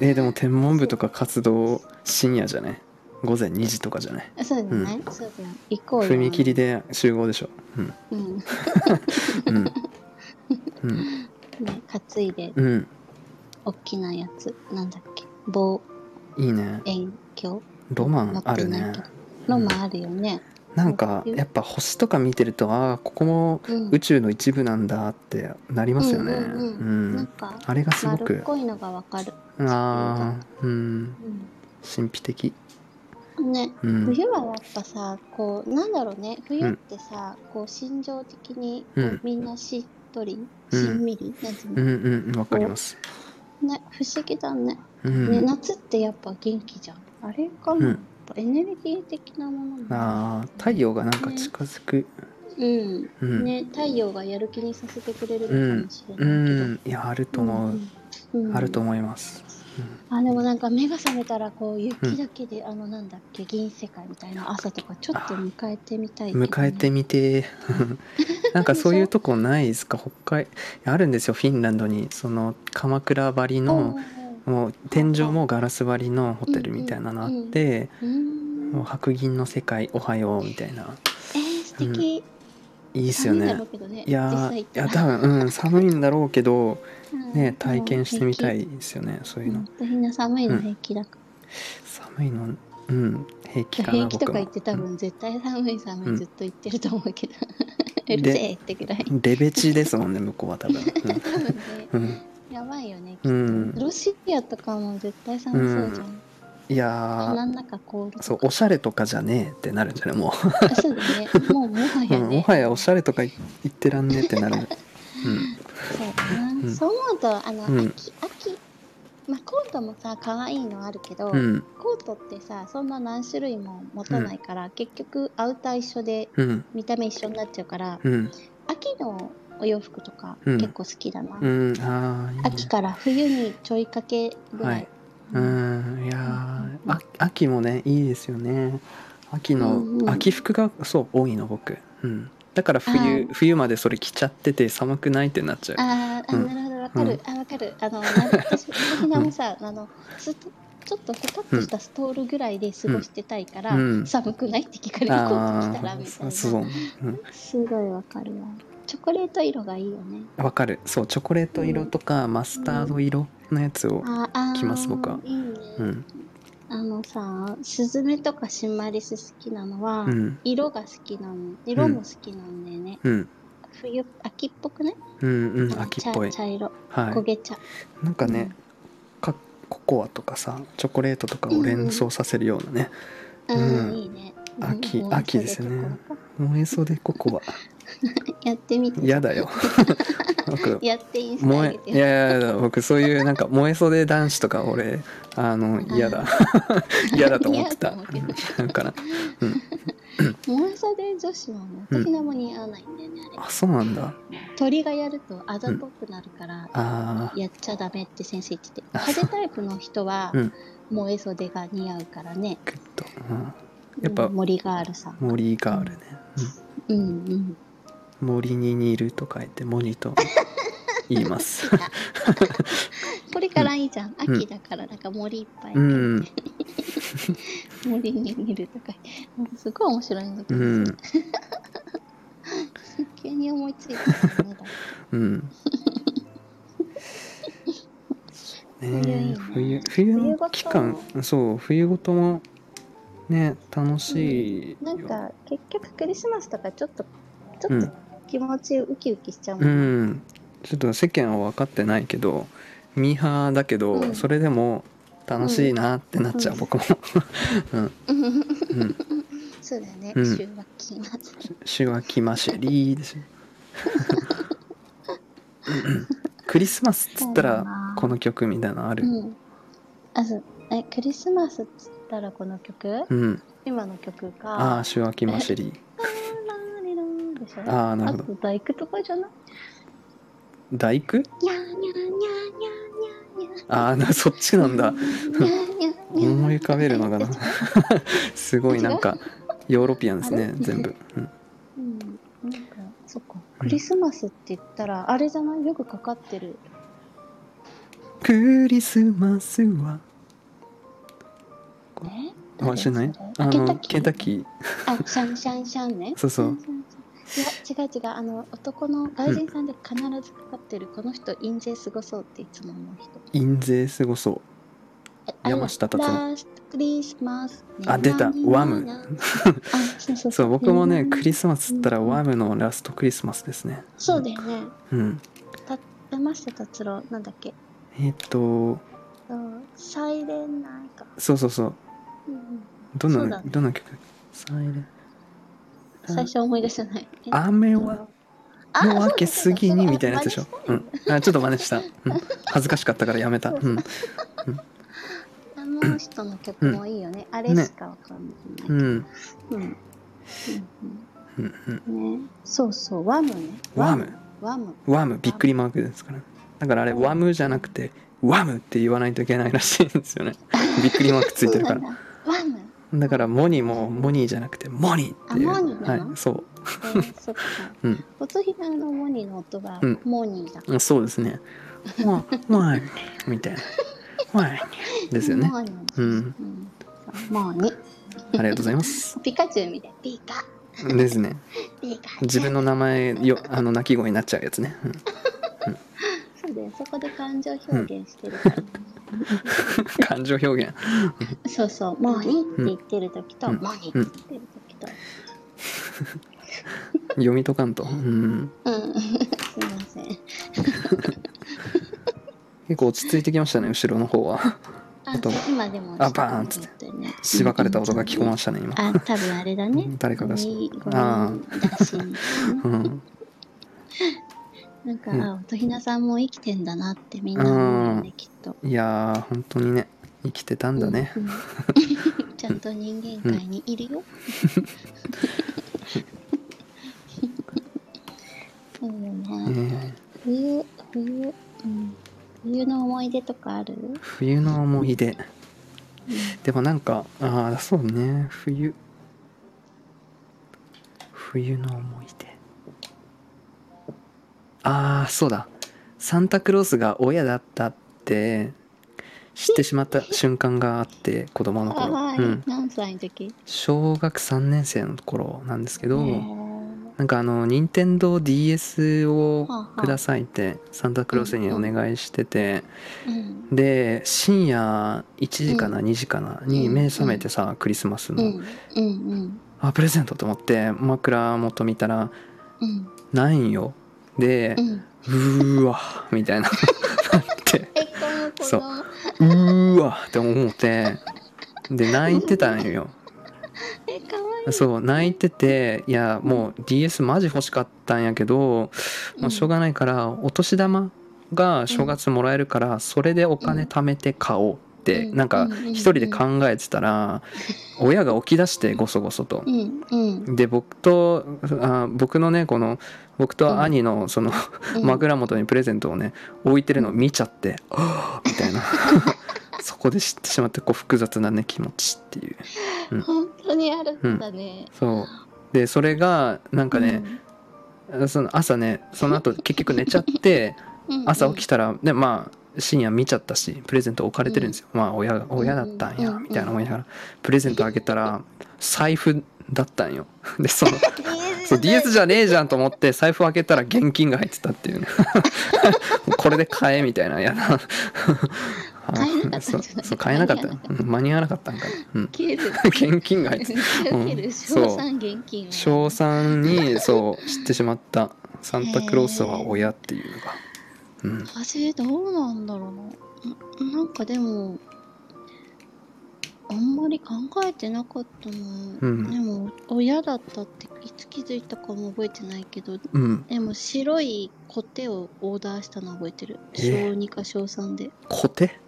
[SPEAKER 1] えーでも天文部とか活動深夜じゃない午前2時とかじゃない
[SPEAKER 2] そうじゃない、そうじゃん行こうよ
[SPEAKER 1] 踏切で集合でしょうん
[SPEAKER 2] うん、ね、
[SPEAKER 1] うんうん
[SPEAKER 2] 担いで
[SPEAKER 1] うん
[SPEAKER 2] 大きなやつなんだっけ望
[SPEAKER 1] いいね
[SPEAKER 2] 遠鏡
[SPEAKER 1] ロマンあるね
[SPEAKER 2] のもあるよね、
[SPEAKER 1] なんかやっぱ星とか見てるとああここも
[SPEAKER 2] うん
[SPEAKER 1] 宇宙の一部なんだってなりますよね
[SPEAKER 2] うん
[SPEAKER 1] う
[SPEAKER 2] うんうんなん
[SPEAKER 1] ん
[SPEAKER 2] か
[SPEAKER 1] あれがすご
[SPEAKER 2] 丸っ
[SPEAKER 1] く
[SPEAKER 2] こいのがわかる、
[SPEAKER 1] ああうん
[SPEAKER 2] うん
[SPEAKER 1] 神秘的
[SPEAKER 2] ね、
[SPEAKER 1] うん
[SPEAKER 2] 冬はやっぱさこうなんだろうね冬ってさ、こう心情的にこう
[SPEAKER 1] うん
[SPEAKER 2] みんなしっとり、
[SPEAKER 1] うん
[SPEAKER 2] しんみりなんていう
[SPEAKER 1] う
[SPEAKER 2] の、
[SPEAKER 1] んうんわかります
[SPEAKER 2] ね不思議だね,、
[SPEAKER 1] うん、
[SPEAKER 2] ね夏ってやっぱ元気じゃんあれかな、
[SPEAKER 1] うん
[SPEAKER 2] やっぱエネルギー的なものも
[SPEAKER 1] あー太陽がなんか近づく、
[SPEAKER 2] うん
[SPEAKER 1] うん、
[SPEAKER 2] ね太陽がやる気にさせてくれるのかもしれ
[SPEAKER 1] う
[SPEAKER 2] ない
[SPEAKER 1] んいやある
[SPEAKER 2] け
[SPEAKER 1] と
[SPEAKER 2] ど、
[SPEAKER 1] 思う、
[SPEAKER 2] うんうん
[SPEAKER 1] あると思います、
[SPEAKER 2] あでもなんか目が覚めたらこう雪だけで、あのなんだっけ銀世界みたいな朝とかちょっと迎えてみたいけどね、
[SPEAKER 1] 迎えてみて なんかそういうとこないですか北海いやあるんですよフィンランドにその鎌倉張り
[SPEAKER 2] うんうん
[SPEAKER 1] のもう天井もガラス張りのホテルみたいなのあって、
[SPEAKER 2] うん
[SPEAKER 1] もう白銀の世界おはようみたいな
[SPEAKER 2] えー、素
[SPEAKER 1] い
[SPEAKER 2] 敵、
[SPEAKER 1] い
[SPEAKER 2] い
[SPEAKER 1] ですよ
[SPEAKER 2] だ
[SPEAKER 1] ね
[SPEAKER 2] ろうけどね
[SPEAKER 1] いや
[SPEAKER 2] 実
[SPEAKER 1] ー
[SPEAKER 2] 際
[SPEAKER 1] い
[SPEAKER 2] 行った
[SPEAKER 1] や
[SPEAKER 2] ら
[SPEAKER 1] 多分、うん、寒いんだろうけ ど
[SPEAKER 2] うん
[SPEAKER 1] ね体験してみた
[SPEAKER 2] うん
[SPEAKER 1] いですよねそういうの
[SPEAKER 2] 本当みんな寒いの平気だか
[SPEAKER 1] 寒いのうん平気
[SPEAKER 2] ら、
[SPEAKER 1] かな
[SPEAKER 2] 平気とか言って
[SPEAKER 1] 僕
[SPEAKER 2] 多
[SPEAKER 1] も
[SPEAKER 2] 分絶対寒い寒
[SPEAKER 1] うん
[SPEAKER 2] いずっと言ってると思うけど、 う
[SPEAKER 1] で
[SPEAKER 2] るせえってぐらい
[SPEAKER 1] レベチですもんね向こうは多 分、
[SPEAKER 2] 多分ね
[SPEAKER 1] うんうん、
[SPEAKER 2] やばいよね、
[SPEAKER 1] うん
[SPEAKER 2] ロシアとかも絶対寒そうじゃん、
[SPEAKER 1] いや
[SPEAKER 2] 鼻
[SPEAKER 1] ー
[SPEAKER 2] の中凍る
[SPEAKER 1] そうおしゃれとかじゃねえってなるんじゃないも
[SPEAKER 2] あそうだねもうもは
[SPEAKER 1] う、
[SPEAKER 2] や ね、
[SPEAKER 1] うん、もはやおしゃれとか言ってらんねえってなる、
[SPEAKER 2] そうだな、
[SPEAKER 1] ん
[SPEAKER 2] そう思うとあの、
[SPEAKER 1] うん
[SPEAKER 2] 秋秋まあコートもさ可愛いのあるけど、
[SPEAKER 1] うんうん
[SPEAKER 2] コートってさそんな何種類も持たないから、結局アウター一緒で
[SPEAKER 1] うん
[SPEAKER 2] 見た目一緒になっちゃうから、
[SPEAKER 1] うん
[SPEAKER 2] 秋のお洋服とか
[SPEAKER 1] うん
[SPEAKER 2] 結構好きだな、
[SPEAKER 1] うんああいいね
[SPEAKER 2] 秋から冬にちょいかけぐらい、
[SPEAKER 1] はいうんいやーあ秋もねいいですよね秋の、
[SPEAKER 2] うんうん
[SPEAKER 1] 秋服がそう多いの僕、うん、だから冬
[SPEAKER 2] あ
[SPEAKER 1] 冬までそれ着ちゃってて寒くないってなっちゃう
[SPEAKER 2] あーあ
[SPEAKER 1] うん
[SPEAKER 2] なるほどわかる、あわかるあのなんか私私なもさ、あのストちょっとほかっとしたストールぐらいで過ごしてたいから、
[SPEAKER 1] うん
[SPEAKER 2] 寒くないって聞かれるコート着たら
[SPEAKER 1] あ
[SPEAKER 2] みたい
[SPEAKER 1] あ
[SPEAKER 2] な
[SPEAKER 1] そう、うん、
[SPEAKER 2] すごいわかるわチョコレート色がいいよね
[SPEAKER 1] わかるそうチョコレート色とかマスタード色のやつを
[SPEAKER 2] ああー
[SPEAKER 1] 着ます僕はい
[SPEAKER 2] いね、
[SPEAKER 1] うん
[SPEAKER 2] あのさスズメとかシマリス好きなのは、
[SPEAKER 1] うん
[SPEAKER 2] 色が好きなの色も好きなんだよね、
[SPEAKER 1] うん
[SPEAKER 2] 冬秋っぽくね
[SPEAKER 1] うんう
[SPEAKER 2] あ
[SPEAKER 1] ん
[SPEAKER 2] の
[SPEAKER 1] 秋っぽい
[SPEAKER 2] 茶茶色
[SPEAKER 1] は
[SPEAKER 2] 焦げ茶、
[SPEAKER 1] いなんかねかココアとかさチョコレートとかを連想させるようなねうん
[SPEAKER 2] うんいいね
[SPEAKER 1] 秋
[SPEAKER 2] うん
[SPEAKER 1] 秋ですね燃えそうでココ
[SPEAKER 2] やってみ
[SPEAKER 1] ア
[SPEAKER 2] て
[SPEAKER 1] 嫌だ よ僕
[SPEAKER 2] やってインスタ上
[SPEAKER 1] 燃
[SPEAKER 2] げ
[SPEAKER 1] え
[SPEAKER 2] て
[SPEAKER 1] いやいや僕そういうなんか燃えそうで男子とか俺あの嫌だ嫌だと思ってた
[SPEAKER 2] 嫌だと思って
[SPEAKER 1] だから
[SPEAKER 2] 萌えさで女子はね
[SPEAKER 1] うん
[SPEAKER 2] 私がも似合わないんだよね、あ
[SPEAKER 1] あそうなんだ
[SPEAKER 2] れ鳥がやるとあざとくなるから、
[SPEAKER 1] あー
[SPEAKER 2] やっちゃダメって先生言ってて
[SPEAKER 1] あ
[SPEAKER 2] 派手タイプの人は
[SPEAKER 1] うん
[SPEAKER 2] 萌え袖が似合うからね、
[SPEAKER 1] グッと、うん、やっぱ
[SPEAKER 2] うん森ガールさん
[SPEAKER 1] 森ガールね、
[SPEAKER 2] うんうん
[SPEAKER 1] うん、森に似ると書いて森 と言います
[SPEAKER 2] これからいいじゃん、
[SPEAKER 1] うん
[SPEAKER 2] 秋だからなんか森いっぱい、
[SPEAKER 1] うん
[SPEAKER 2] 森に見るとかうんすごい面白いんだけ
[SPEAKER 1] う
[SPEAKER 2] ど、
[SPEAKER 1] ん
[SPEAKER 2] 急に思いついたんだね
[SPEAKER 1] うん。
[SPEAKER 2] 冬い
[SPEAKER 1] ね
[SPEAKER 2] いね
[SPEAKER 1] 冬冬
[SPEAKER 2] 冬
[SPEAKER 1] の
[SPEAKER 2] ごと
[SPEAKER 1] 期間そう冬ごともね楽しいよ、
[SPEAKER 2] なんか結局クリスマスとかちょっとち
[SPEAKER 1] う
[SPEAKER 2] ょっと
[SPEAKER 1] ん、
[SPEAKER 2] 気持ちウキウキしちゃう
[SPEAKER 1] う
[SPEAKER 2] も、
[SPEAKER 1] んん、ちょっと世間は分かってないけどミーハーだけど、
[SPEAKER 2] うん
[SPEAKER 1] それでも楽しいなってなっちゃう、
[SPEAKER 2] うん
[SPEAKER 1] 僕も、 うん、
[SPEAKER 2] そうだよね、
[SPEAKER 1] うん
[SPEAKER 2] 週末期末
[SPEAKER 1] 手話きましりーでしょクリスマスっつった
[SPEAKER 2] そうだ
[SPEAKER 1] ら
[SPEAKER 2] な
[SPEAKER 1] この曲みたいなのある、
[SPEAKER 2] うんあそうえクリスマスっつったらこの曲、
[SPEAKER 1] うん、
[SPEAKER 2] 今の曲
[SPEAKER 1] あ
[SPEAKER 2] か
[SPEAKER 1] あ手話きましり
[SPEAKER 2] ラリラーでしょ
[SPEAKER 1] あーなるほど
[SPEAKER 2] あと大工とかじゃない
[SPEAKER 1] 大工
[SPEAKER 2] にゃーにゃーにゃーにゃーにゃーにゃー
[SPEAKER 1] ああなそっちなんだ思
[SPEAKER 2] 思
[SPEAKER 1] い浮かべるのがなすごいなんかヨーロピアンですね
[SPEAKER 2] あれ
[SPEAKER 1] 全部、うん
[SPEAKER 2] うん、なんかそっかクリスマスって言ったらあれじゃないよくかかってる
[SPEAKER 1] クリスマスは
[SPEAKER 2] ね
[SPEAKER 1] あ知らないあ
[SPEAKER 2] あ
[SPEAKER 1] の
[SPEAKER 2] の
[SPEAKER 1] ケンタッキー
[SPEAKER 2] あシャンシャンシャンね
[SPEAKER 1] そうそう
[SPEAKER 2] シャンシャンシャンいや違う違うあの男の外人さんで必ずかかってる、この人印税すごそうっていつも思う人
[SPEAKER 1] 印税すごそう
[SPEAKER 2] あ
[SPEAKER 1] 山下達郎
[SPEAKER 2] ラストクリスマス
[SPEAKER 1] あ出たワム
[SPEAKER 2] あそうそう
[SPEAKER 1] そう僕もねクリ
[SPEAKER 2] ス
[SPEAKER 1] スマスっつったらワームのラストクリスマスですね
[SPEAKER 2] そうだよね
[SPEAKER 1] うん
[SPEAKER 2] た山下達郎なんだっけ
[SPEAKER 1] えーっと
[SPEAKER 2] うんサイレンナイか
[SPEAKER 1] そうそうそう
[SPEAKER 2] うんうん
[SPEAKER 1] どん
[SPEAKER 2] そう
[SPEAKER 1] な、
[SPEAKER 2] だね
[SPEAKER 1] どんな曲サイレン
[SPEAKER 2] 最初思い出せない。え
[SPEAKER 1] 雨は
[SPEAKER 2] あ
[SPEAKER 1] 夜明けすぎに
[SPEAKER 2] そうだそうだ
[SPEAKER 1] みたいなやつでしょ
[SPEAKER 2] あ真似。
[SPEAKER 1] うん。あ、ちょっと真似した。うん。恥ずかしかったからやめた。うん。
[SPEAKER 2] たあの人の曲もいいよね。あれしかわかんない。
[SPEAKER 1] うん。うん。
[SPEAKER 2] うん。うん
[SPEAKER 1] うん。
[SPEAKER 2] うんね、そうそう、ワムね。
[SPEAKER 1] ワム。
[SPEAKER 2] ワム。
[SPEAKER 1] ワム、びっくりマークですから。だからあれ、ワムじゃなくて、ワムって言わないといけないらしいんですよ ね。びっくりマークついてるから
[SPEAKER 2] そう。なんだ。ワム。
[SPEAKER 1] だから、モニも、モニーじゃなくて、モニーっていう。
[SPEAKER 2] あモニーなの
[SPEAKER 1] はい。そう。
[SPEAKER 2] えー、そっか。
[SPEAKER 1] うん
[SPEAKER 2] おつひなのモニの音が
[SPEAKER 1] うん
[SPEAKER 2] モニーだ。
[SPEAKER 1] うんそうですね。ワワンみたいな。ワンですよね。
[SPEAKER 2] モニー。
[SPEAKER 1] うん。
[SPEAKER 2] うん。モニ。
[SPEAKER 1] ありがとうございます。
[SPEAKER 2] ピカチュウみたい。ピカ。
[SPEAKER 1] ですね。
[SPEAKER 2] ピカ。
[SPEAKER 1] 自分の名前よあの鳴き声になっちゃうやつね。うん
[SPEAKER 2] そうだよ。そこで感情表現してるからね。
[SPEAKER 1] 感情表現。
[SPEAKER 2] そうそう、モーニーって言ってる時と、
[SPEAKER 1] うん
[SPEAKER 2] モーニーって言ってる時と。
[SPEAKER 1] 読みとかんと。うん。
[SPEAKER 2] うん、すいません。
[SPEAKER 1] 結構落ち着いてきましたね、後ろの方 は。
[SPEAKER 2] あ、
[SPEAKER 1] 音が
[SPEAKER 2] そう今でも。。
[SPEAKER 1] あバーンっつって
[SPEAKER 2] ね、
[SPEAKER 1] しばかれた音が聞こえましたね、今。
[SPEAKER 2] あ、多分あれだね。
[SPEAKER 1] 誰かがし
[SPEAKER 2] ゴミゴミ
[SPEAKER 1] あ
[SPEAKER 2] 出しに。
[SPEAKER 1] うん。
[SPEAKER 2] なんか、
[SPEAKER 1] うん
[SPEAKER 2] あ、音ひなさんも生きてんだなってみんな思うよね、きっと。
[SPEAKER 1] いやー、本当にね、生きてたんだね。
[SPEAKER 2] うん。ちゃん と人間界にいるよ。そうよ
[SPEAKER 1] え
[SPEAKER 2] ね。
[SPEAKER 1] ー
[SPEAKER 2] 冬、冬、うん。冬の思い出とかある
[SPEAKER 1] 冬の思い出。でもなんか、ああ、そうね、冬。冬の思い出。ああ、そうだ。サンタクロースが親だったって知ってしまった瞬間があって、子供の
[SPEAKER 2] あ
[SPEAKER 1] 頃。
[SPEAKER 2] はい、
[SPEAKER 1] うん。
[SPEAKER 2] 何歳の時
[SPEAKER 1] 小学3年生の頃なんですけど、
[SPEAKER 2] へー
[SPEAKER 1] なんかあの任天堂 d s を
[SPEAKER 2] はあはあ
[SPEAKER 1] くださいってサンタクロースにお願いしてて、
[SPEAKER 2] うん
[SPEAKER 1] で深夜1時かな2時かなに
[SPEAKER 2] うん
[SPEAKER 1] 目覚めてさ、クリスマス
[SPEAKER 2] う
[SPEAKER 1] の、
[SPEAKER 2] んうん
[SPEAKER 1] あプレゼントと思って枕元見たら
[SPEAKER 2] うん
[SPEAKER 1] 「ないんよ」で
[SPEAKER 2] う、ん
[SPEAKER 1] うーわみたいななって
[SPEAKER 2] えこの子
[SPEAKER 1] そう
[SPEAKER 2] の
[SPEAKER 1] うーわって思ってで泣いてたんよ
[SPEAKER 2] えかわ
[SPEAKER 1] そう泣いてていやもう DS マジ欲しかったんやけど、
[SPEAKER 2] いい
[SPEAKER 1] もうしょうがないからお年玉が正月もらえるからそれでお金貯めて買おうって
[SPEAKER 2] うん
[SPEAKER 1] なんか
[SPEAKER 2] うん
[SPEAKER 1] 一人で考えてたら親が起き出してごそごそと
[SPEAKER 2] う。んうん
[SPEAKER 1] で僕とあ僕のねこの僕と兄のその
[SPEAKER 2] うん
[SPEAKER 1] 枕元にプレゼントをね置いてるのを見ちゃって 「ああ」みたいな そこで知ってしまってこう複雑なね気持ちっていう
[SPEAKER 2] 本当にあるんだね
[SPEAKER 1] そうでそれがなんかね、その朝ねその後結局寝ちゃって朝起き
[SPEAKER 2] き
[SPEAKER 1] たらでまあ深夜見ちゃったしプレゼント置かれてるんですよ、まあ親が親だったんや、
[SPEAKER 2] うん
[SPEAKER 1] みたいな思いながらプレゼント開けたら財布だったんよでそ のそう DS じゃねえじゃんと思って財布開けたら現金が入ってたって いうねこれで買えみたいなやな
[SPEAKER 2] 買えなかったんじゃない
[SPEAKER 1] そうそう買えなかったうん間に合わなかったんかな、うん、
[SPEAKER 2] 消える
[SPEAKER 1] 現金が入ってた
[SPEAKER 2] 消える
[SPEAKER 1] そう
[SPEAKER 2] 賞賛現金は
[SPEAKER 1] 小3にそう知ってしまったサンタクロースは親っていうのが、うん、
[SPEAKER 2] 私どうなんだろうなななんかでもあんまり考えてなかったな、
[SPEAKER 1] うん
[SPEAKER 2] でも親だったっていつ気づいたかも覚えてないけど
[SPEAKER 1] うん、
[SPEAKER 2] でも白いコテをオーダーしたの覚えてる小
[SPEAKER 1] え
[SPEAKER 2] 2か小3で
[SPEAKER 1] コテ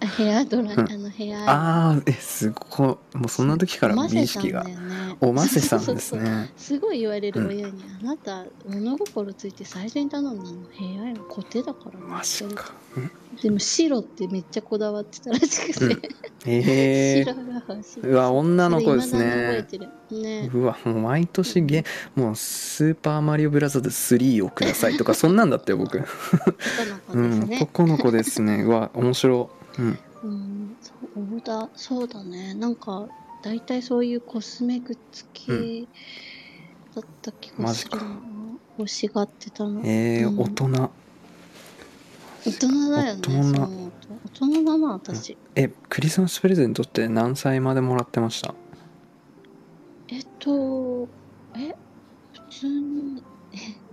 [SPEAKER 2] あヘアドライ、
[SPEAKER 1] うん
[SPEAKER 2] あのヘ
[SPEAKER 1] あ
[SPEAKER 2] ア
[SPEAKER 1] あえすごいもうそんな時から
[SPEAKER 2] 混
[SPEAKER 1] 美意
[SPEAKER 2] ぜたん
[SPEAKER 1] 識が
[SPEAKER 2] だよね
[SPEAKER 1] おませさんです
[SPEAKER 2] そうそうそう
[SPEAKER 1] ね
[SPEAKER 2] すごい言われ
[SPEAKER 1] う
[SPEAKER 2] る
[SPEAKER 1] ん
[SPEAKER 2] 親に、あなた物心ついて最初に頼んだのヘアのコテだからね
[SPEAKER 1] マジか
[SPEAKER 2] でも白ってめっちゃこだわってたらしくて、
[SPEAKER 1] うんえ え
[SPEAKER 2] 白が欲しいう
[SPEAKER 1] わ女の子です
[SPEAKER 2] それ未だに
[SPEAKER 1] ね
[SPEAKER 2] 覚えてるね
[SPEAKER 1] うわもう毎年ゲもう「スーパーマリオブラザーズ3」をくださいと かそんなんだって僕、
[SPEAKER 2] 男
[SPEAKER 1] う
[SPEAKER 2] の
[SPEAKER 1] ん、
[SPEAKER 2] 子ですね、
[SPEAKER 1] 男の子です ねうわ面白い、うん、
[SPEAKER 2] うんそうオーダーそうだねなんか大体そういうコスメグッズ系だった気がするな、
[SPEAKER 1] マ
[SPEAKER 2] 欲しがってたの大
[SPEAKER 1] ええ
[SPEAKER 2] うん
[SPEAKER 1] 大人
[SPEAKER 2] 人だよ
[SPEAKER 1] 大
[SPEAKER 2] ね
[SPEAKER 1] 人
[SPEAKER 2] そう思うと大人だな私、
[SPEAKER 1] えクリスマスプレゼントって何歳までもらってました
[SPEAKER 2] えっとえ普通に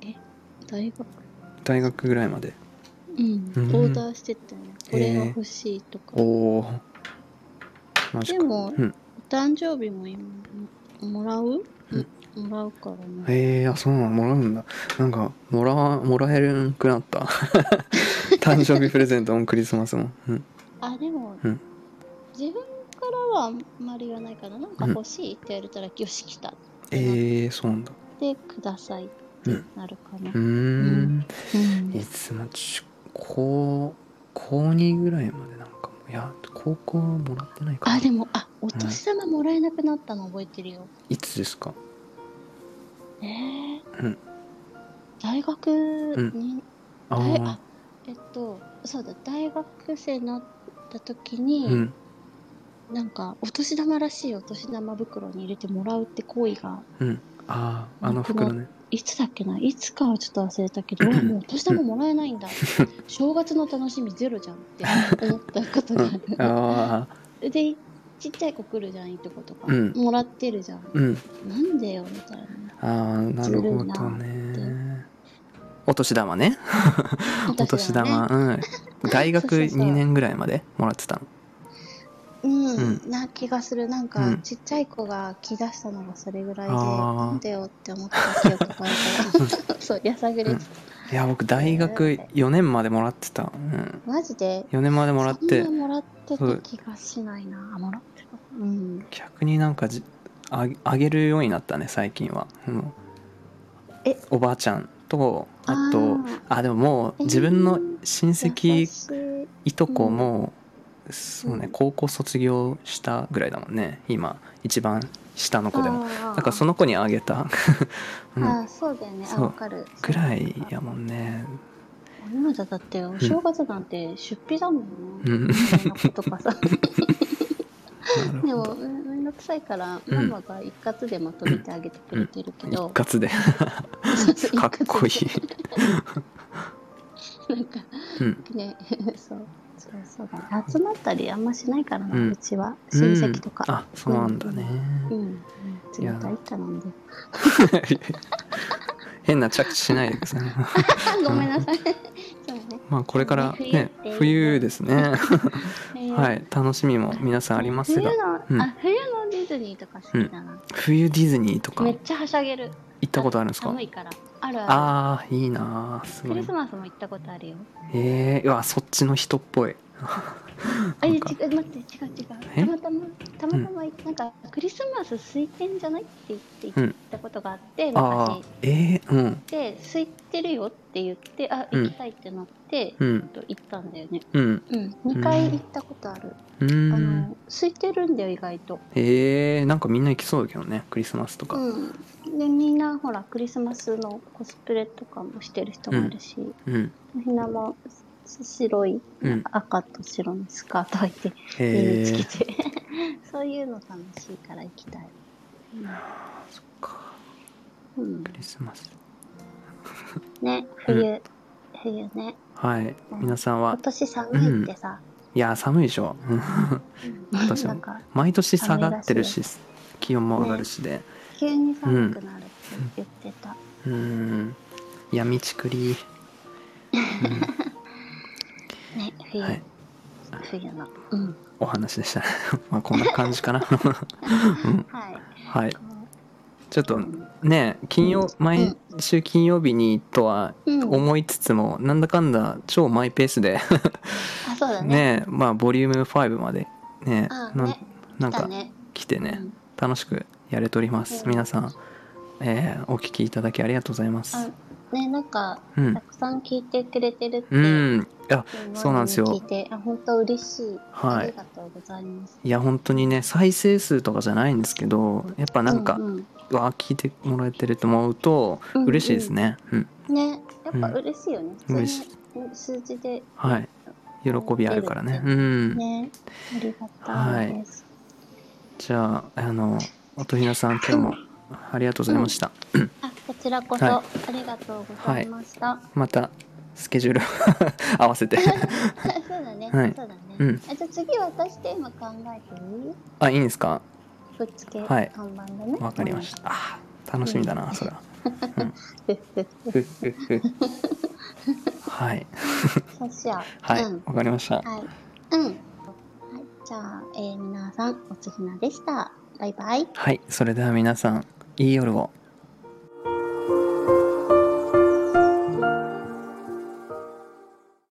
[SPEAKER 2] ええ大学
[SPEAKER 1] 大学ぐらいまで
[SPEAKER 2] うん、
[SPEAKER 1] うん
[SPEAKER 2] オーダーしてったよね、これが欲しいとか、
[SPEAKER 1] おおマジ
[SPEAKER 2] で
[SPEAKER 1] か
[SPEAKER 2] も、
[SPEAKER 1] うん
[SPEAKER 2] 誕生日も今もらう、もらうからね
[SPEAKER 1] へえあそうなのもらうんだなんかもらわもらえるんくなった 誕生日プレゼントもクリスマスも、うん、
[SPEAKER 2] あでも、
[SPEAKER 1] うん
[SPEAKER 2] 自分からはあんまり言わないからなんか欲しいって言われたら、よし来たっ
[SPEAKER 1] ええそうなんだ
[SPEAKER 2] てくださいってなるかな
[SPEAKER 1] うー、ん
[SPEAKER 2] うん
[SPEAKER 1] いつもち高高2ぐらいまでなんかいや高校はもらってないか
[SPEAKER 2] あ
[SPEAKER 1] ら
[SPEAKER 2] でもあお年玉もらえなくなったの覚えてるよ、
[SPEAKER 1] いつですか
[SPEAKER 2] ええ
[SPEAKER 1] うん
[SPEAKER 2] 大学に、
[SPEAKER 1] あ
[SPEAKER 2] 大
[SPEAKER 1] ー
[SPEAKER 2] あえっとそうだ大学生になった時に、
[SPEAKER 1] うん
[SPEAKER 2] なんかお年玉らしいお年玉袋に入れてもらうって行為が
[SPEAKER 1] うんあああの袋ね
[SPEAKER 2] いつだっけないつかはちょっと忘れたけどもうお年玉もらえないんだ正月の楽しみゼロじゃんって思ったこと
[SPEAKER 1] う
[SPEAKER 2] が
[SPEAKER 1] ん
[SPEAKER 2] あ
[SPEAKER 1] ああ
[SPEAKER 2] るでちっちゃい子来るじゃんいいとことか、
[SPEAKER 1] うん
[SPEAKER 2] もらってるじゃん
[SPEAKER 1] うん
[SPEAKER 2] なんでよみたいな
[SPEAKER 1] ああなるほど
[SPEAKER 2] ずるい
[SPEAKER 1] ねお年玉ねお年
[SPEAKER 2] だね
[SPEAKER 1] 玉、 うん大学
[SPEAKER 2] そうそうそう
[SPEAKER 1] 2年ぐらいまでもらってたの
[SPEAKER 2] うん、な気がするなんか、
[SPEAKER 1] うん
[SPEAKER 2] ちっちゃい子が来だしたのがそれぐらいで
[SPEAKER 1] あー
[SPEAKER 2] なんでよって思った記憶がある からそうやさぐれてた、
[SPEAKER 1] いや僕大学4年までもらってた、うん、
[SPEAKER 2] マジで
[SPEAKER 1] 4年までもらっ
[SPEAKER 2] そん
[SPEAKER 1] て
[SPEAKER 2] なもらっ
[SPEAKER 1] そ
[SPEAKER 2] てた
[SPEAKER 1] う
[SPEAKER 2] 気がしないなあもらってたうん
[SPEAKER 1] 逆になんかじああげるようになったね最近は、うん
[SPEAKER 2] え
[SPEAKER 1] おばあちゃんとあ
[SPEAKER 2] あ
[SPEAKER 1] と
[SPEAKER 2] ー
[SPEAKER 1] あでももう自分の親戚、
[SPEAKER 2] 優しい
[SPEAKER 1] いとこも、そうね
[SPEAKER 2] うん
[SPEAKER 1] 高校卒業したぐらいだもんね今一番下の子でも
[SPEAKER 2] あー
[SPEAKER 1] なんかその子にあげた、 うん、
[SPEAKER 2] あーそうだよねあ
[SPEAKER 1] そう
[SPEAKER 2] わかる
[SPEAKER 1] ぐらいやもんね
[SPEAKER 2] 今じゃだってお正月なんて出費だもんね、
[SPEAKER 1] うん
[SPEAKER 2] いろんなこと かさ
[SPEAKER 1] なる
[SPEAKER 2] で
[SPEAKER 1] ほ
[SPEAKER 2] も
[SPEAKER 1] ど
[SPEAKER 2] めめんどくさいから
[SPEAKER 1] うん
[SPEAKER 2] ママが一括でまとめてあげてくれてるけ
[SPEAKER 1] 一
[SPEAKER 2] ど、
[SPEAKER 1] 括でかっこいい、
[SPEAKER 2] い。なんか
[SPEAKER 1] うん、
[SPEAKER 2] ね、 そう、そうそうだね。集まったりあんましないからな、
[SPEAKER 1] う
[SPEAKER 2] うんちは。親戚と
[SPEAKER 1] うん
[SPEAKER 2] か。
[SPEAKER 1] あそうなんだね、
[SPEAKER 2] うん。うん
[SPEAKER 1] いや
[SPEAKER 2] 冷たいかなんで。
[SPEAKER 1] 変な着地しないでください ね
[SPEAKER 2] ごめんなさい。 そうね。
[SPEAKER 1] まあこれからね
[SPEAKER 2] 冬って
[SPEAKER 1] 冬ですね
[SPEAKER 2] えー
[SPEAKER 1] は。い楽しみも皆さんありますが
[SPEAKER 2] 冬の、
[SPEAKER 1] うん
[SPEAKER 2] あ、冬のディズニーとか好きだな。
[SPEAKER 1] 冬ディズニーとか
[SPEAKER 2] め
[SPEAKER 1] 行
[SPEAKER 2] っちゃはしゃげる。
[SPEAKER 1] ったことあるんですか
[SPEAKER 2] 寒いから。あるある。
[SPEAKER 1] あーいいなーす
[SPEAKER 2] ク
[SPEAKER 1] ご
[SPEAKER 2] リ
[SPEAKER 1] い
[SPEAKER 2] スマスも行ったことあるよ。
[SPEAKER 1] えー、うわそっちの人っぽ い
[SPEAKER 2] あ、いや
[SPEAKER 1] なん
[SPEAKER 2] 違
[SPEAKER 1] か
[SPEAKER 2] う、待って、違う違う。
[SPEAKER 1] え
[SPEAKER 2] たまたま、たまたま、なんか、クリスマス空いてんじゃないって言って行ったことがあって、
[SPEAKER 1] ああ
[SPEAKER 2] 昔。
[SPEAKER 1] えー、うん
[SPEAKER 2] で空いてるよって言ってあ
[SPEAKER 1] うん
[SPEAKER 2] 行きたいってなって、
[SPEAKER 1] うん
[SPEAKER 2] と行ったんだよね
[SPEAKER 1] うん
[SPEAKER 2] うん2回行ったことある、
[SPEAKER 1] う
[SPEAKER 2] あ
[SPEAKER 1] ーん
[SPEAKER 2] の空いてるんだよ意外と
[SPEAKER 1] えー、なんかみんな行きそうだけどねクリスマスとか、
[SPEAKER 2] うんでみんなほらクリスマスのコスプレとかもしてる人もいるし、
[SPEAKER 1] うん
[SPEAKER 2] みんなもす白い、
[SPEAKER 1] うん
[SPEAKER 2] 赤と白のスカート履いて
[SPEAKER 1] え
[SPEAKER 2] 耳つ
[SPEAKER 1] ー、
[SPEAKER 2] けて、 そういうの楽しいから行きたい、
[SPEAKER 1] そっか
[SPEAKER 2] うんうん
[SPEAKER 1] クリスマス
[SPEAKER 2] ね冬、冬ね
[SPEAKER 1] はい
[SPEAKER 2] うん
[SPEAKER 1] 皆さんは
[SPEAKER 2] 今年寒いってさ、
[SPEAKER 1] いやー寒いでし ょうん私
[SPEAKER 2] な
[SPEAKER 1] も
[SPEAKER 2] んか
[SPEAKER 1] 毎年下がってるし気温も上がるしで、
[SPEAKER 2] 急に寒くなるって言ってた、
[SPEAKER 1] うーん闇ちくり、うん、
[SPEAKER 2] ね冬、
[SPEAKER 1] はい
[SPEAKER 2] 冬のうん
[SPEAKER 1] お話でしたね まあこんな感じかな
[SPEAKER 2] はい
[SPEAKER 1] はいちょっとね金曜毎週金曜日にとは
[SPEAKER 2] うん、うん、
[SPEAKER 1] 思いつつもなんだかんだ超マイペースで
[SPEAKER 2] あそうだね
[SPEAKER 1] ねまあボリューム5までね
[SPEAKER 2] あ
[SPEAKER 1] なん
[SPEAKER 2] ね
[SPEAKER 1] なん
[SPEAKER 2] だ
[SPEAKER 1] か
[SPEAKER 2] ね
[SPEAKER 1] 来て
[SPEAKER 2] う
[SPEAKER 1] ね
[SPEAKER 2] ん
[SPEAKER 1] 楽しくやれております
[SPEAKER 2] うん
[SPEAKER 1] 皆さん、えーお聞きいただきありがとうございます
[SPEAKER 2] あねなんか
[SPEAKER 1] う
[SPEAKER 2] た
[SPEAKER 1] ん
[SPEAKER 2] くさん聞いてくれてるって、
[SPEAKER 1] うんいや
[SPEAKER 2] 今までに
[SPEAKER 1] そうなんですよ
[SPEAKER 2] 聞いてあ本当嬉しい、
[SPEAKER 1] はい
[SPEAKER 2] ありがとうございます
[SPEAKER 1] いや本当にね再生数とかじゃないんですけどやっぱなんか、
[SPEAKER 2] うう
[SPEAKER 1] わあ聞いてもらえてると思うと
[SPEAKER 2] うん
[SPEAKER 1] 嬉しいですねうん、
[SPEAKER 2] ねやっぱ嬉しいよね、
[SPEAKER 1] うん
[SPEAKER 2] 普通に数字で
[SPEAKER 1] はい喜びあるからね
[SPEAKER 2] う
[SPEAKER 1] うん
[SPEAKER 2] ねありがたいです、
[SPEAKER 1] じゃああの音ひなさん今日もありがとうございました、
[SPEAKER 2] あこちらこそ、
[SPEAKER 1] はい
[SPEAKER 2] ありがとうございました、
[SPEAKER 1] またスケジュール 合わせて
[SPEAKER 2] そうだね、
[SPEAKER 1] はい
[SPEAKER 2] そうだね、
[SPEAKER 1] うん
[SPEAKER 2] あじゃあ次私テーマ考えていい
[SPEAKER 1] あいいんですか
[SPEAKER 2] ぶっつけ
[SPEAKER 1] は
[SPEAKER 2] 看
[SPEAKER 1] い
[SPEAKER 2] 板だね
[SPEAKER 1] わかりましたあー楽しみだなそれは
[SPEAKER 2] た
[SPEAKER 1] ふっふっふはい
[SPEAKER 2] そうしよう
[SPEAKER 1] はいわ、
[SPEAKER 2] うん
[SPEAKER 1] かりました
[SPEAKER 2] はいうんはいじゃあ、えー皆さんおつひなでしたバイバイ。
[SPEAKER 1] はいそれでは皆さんいい夜を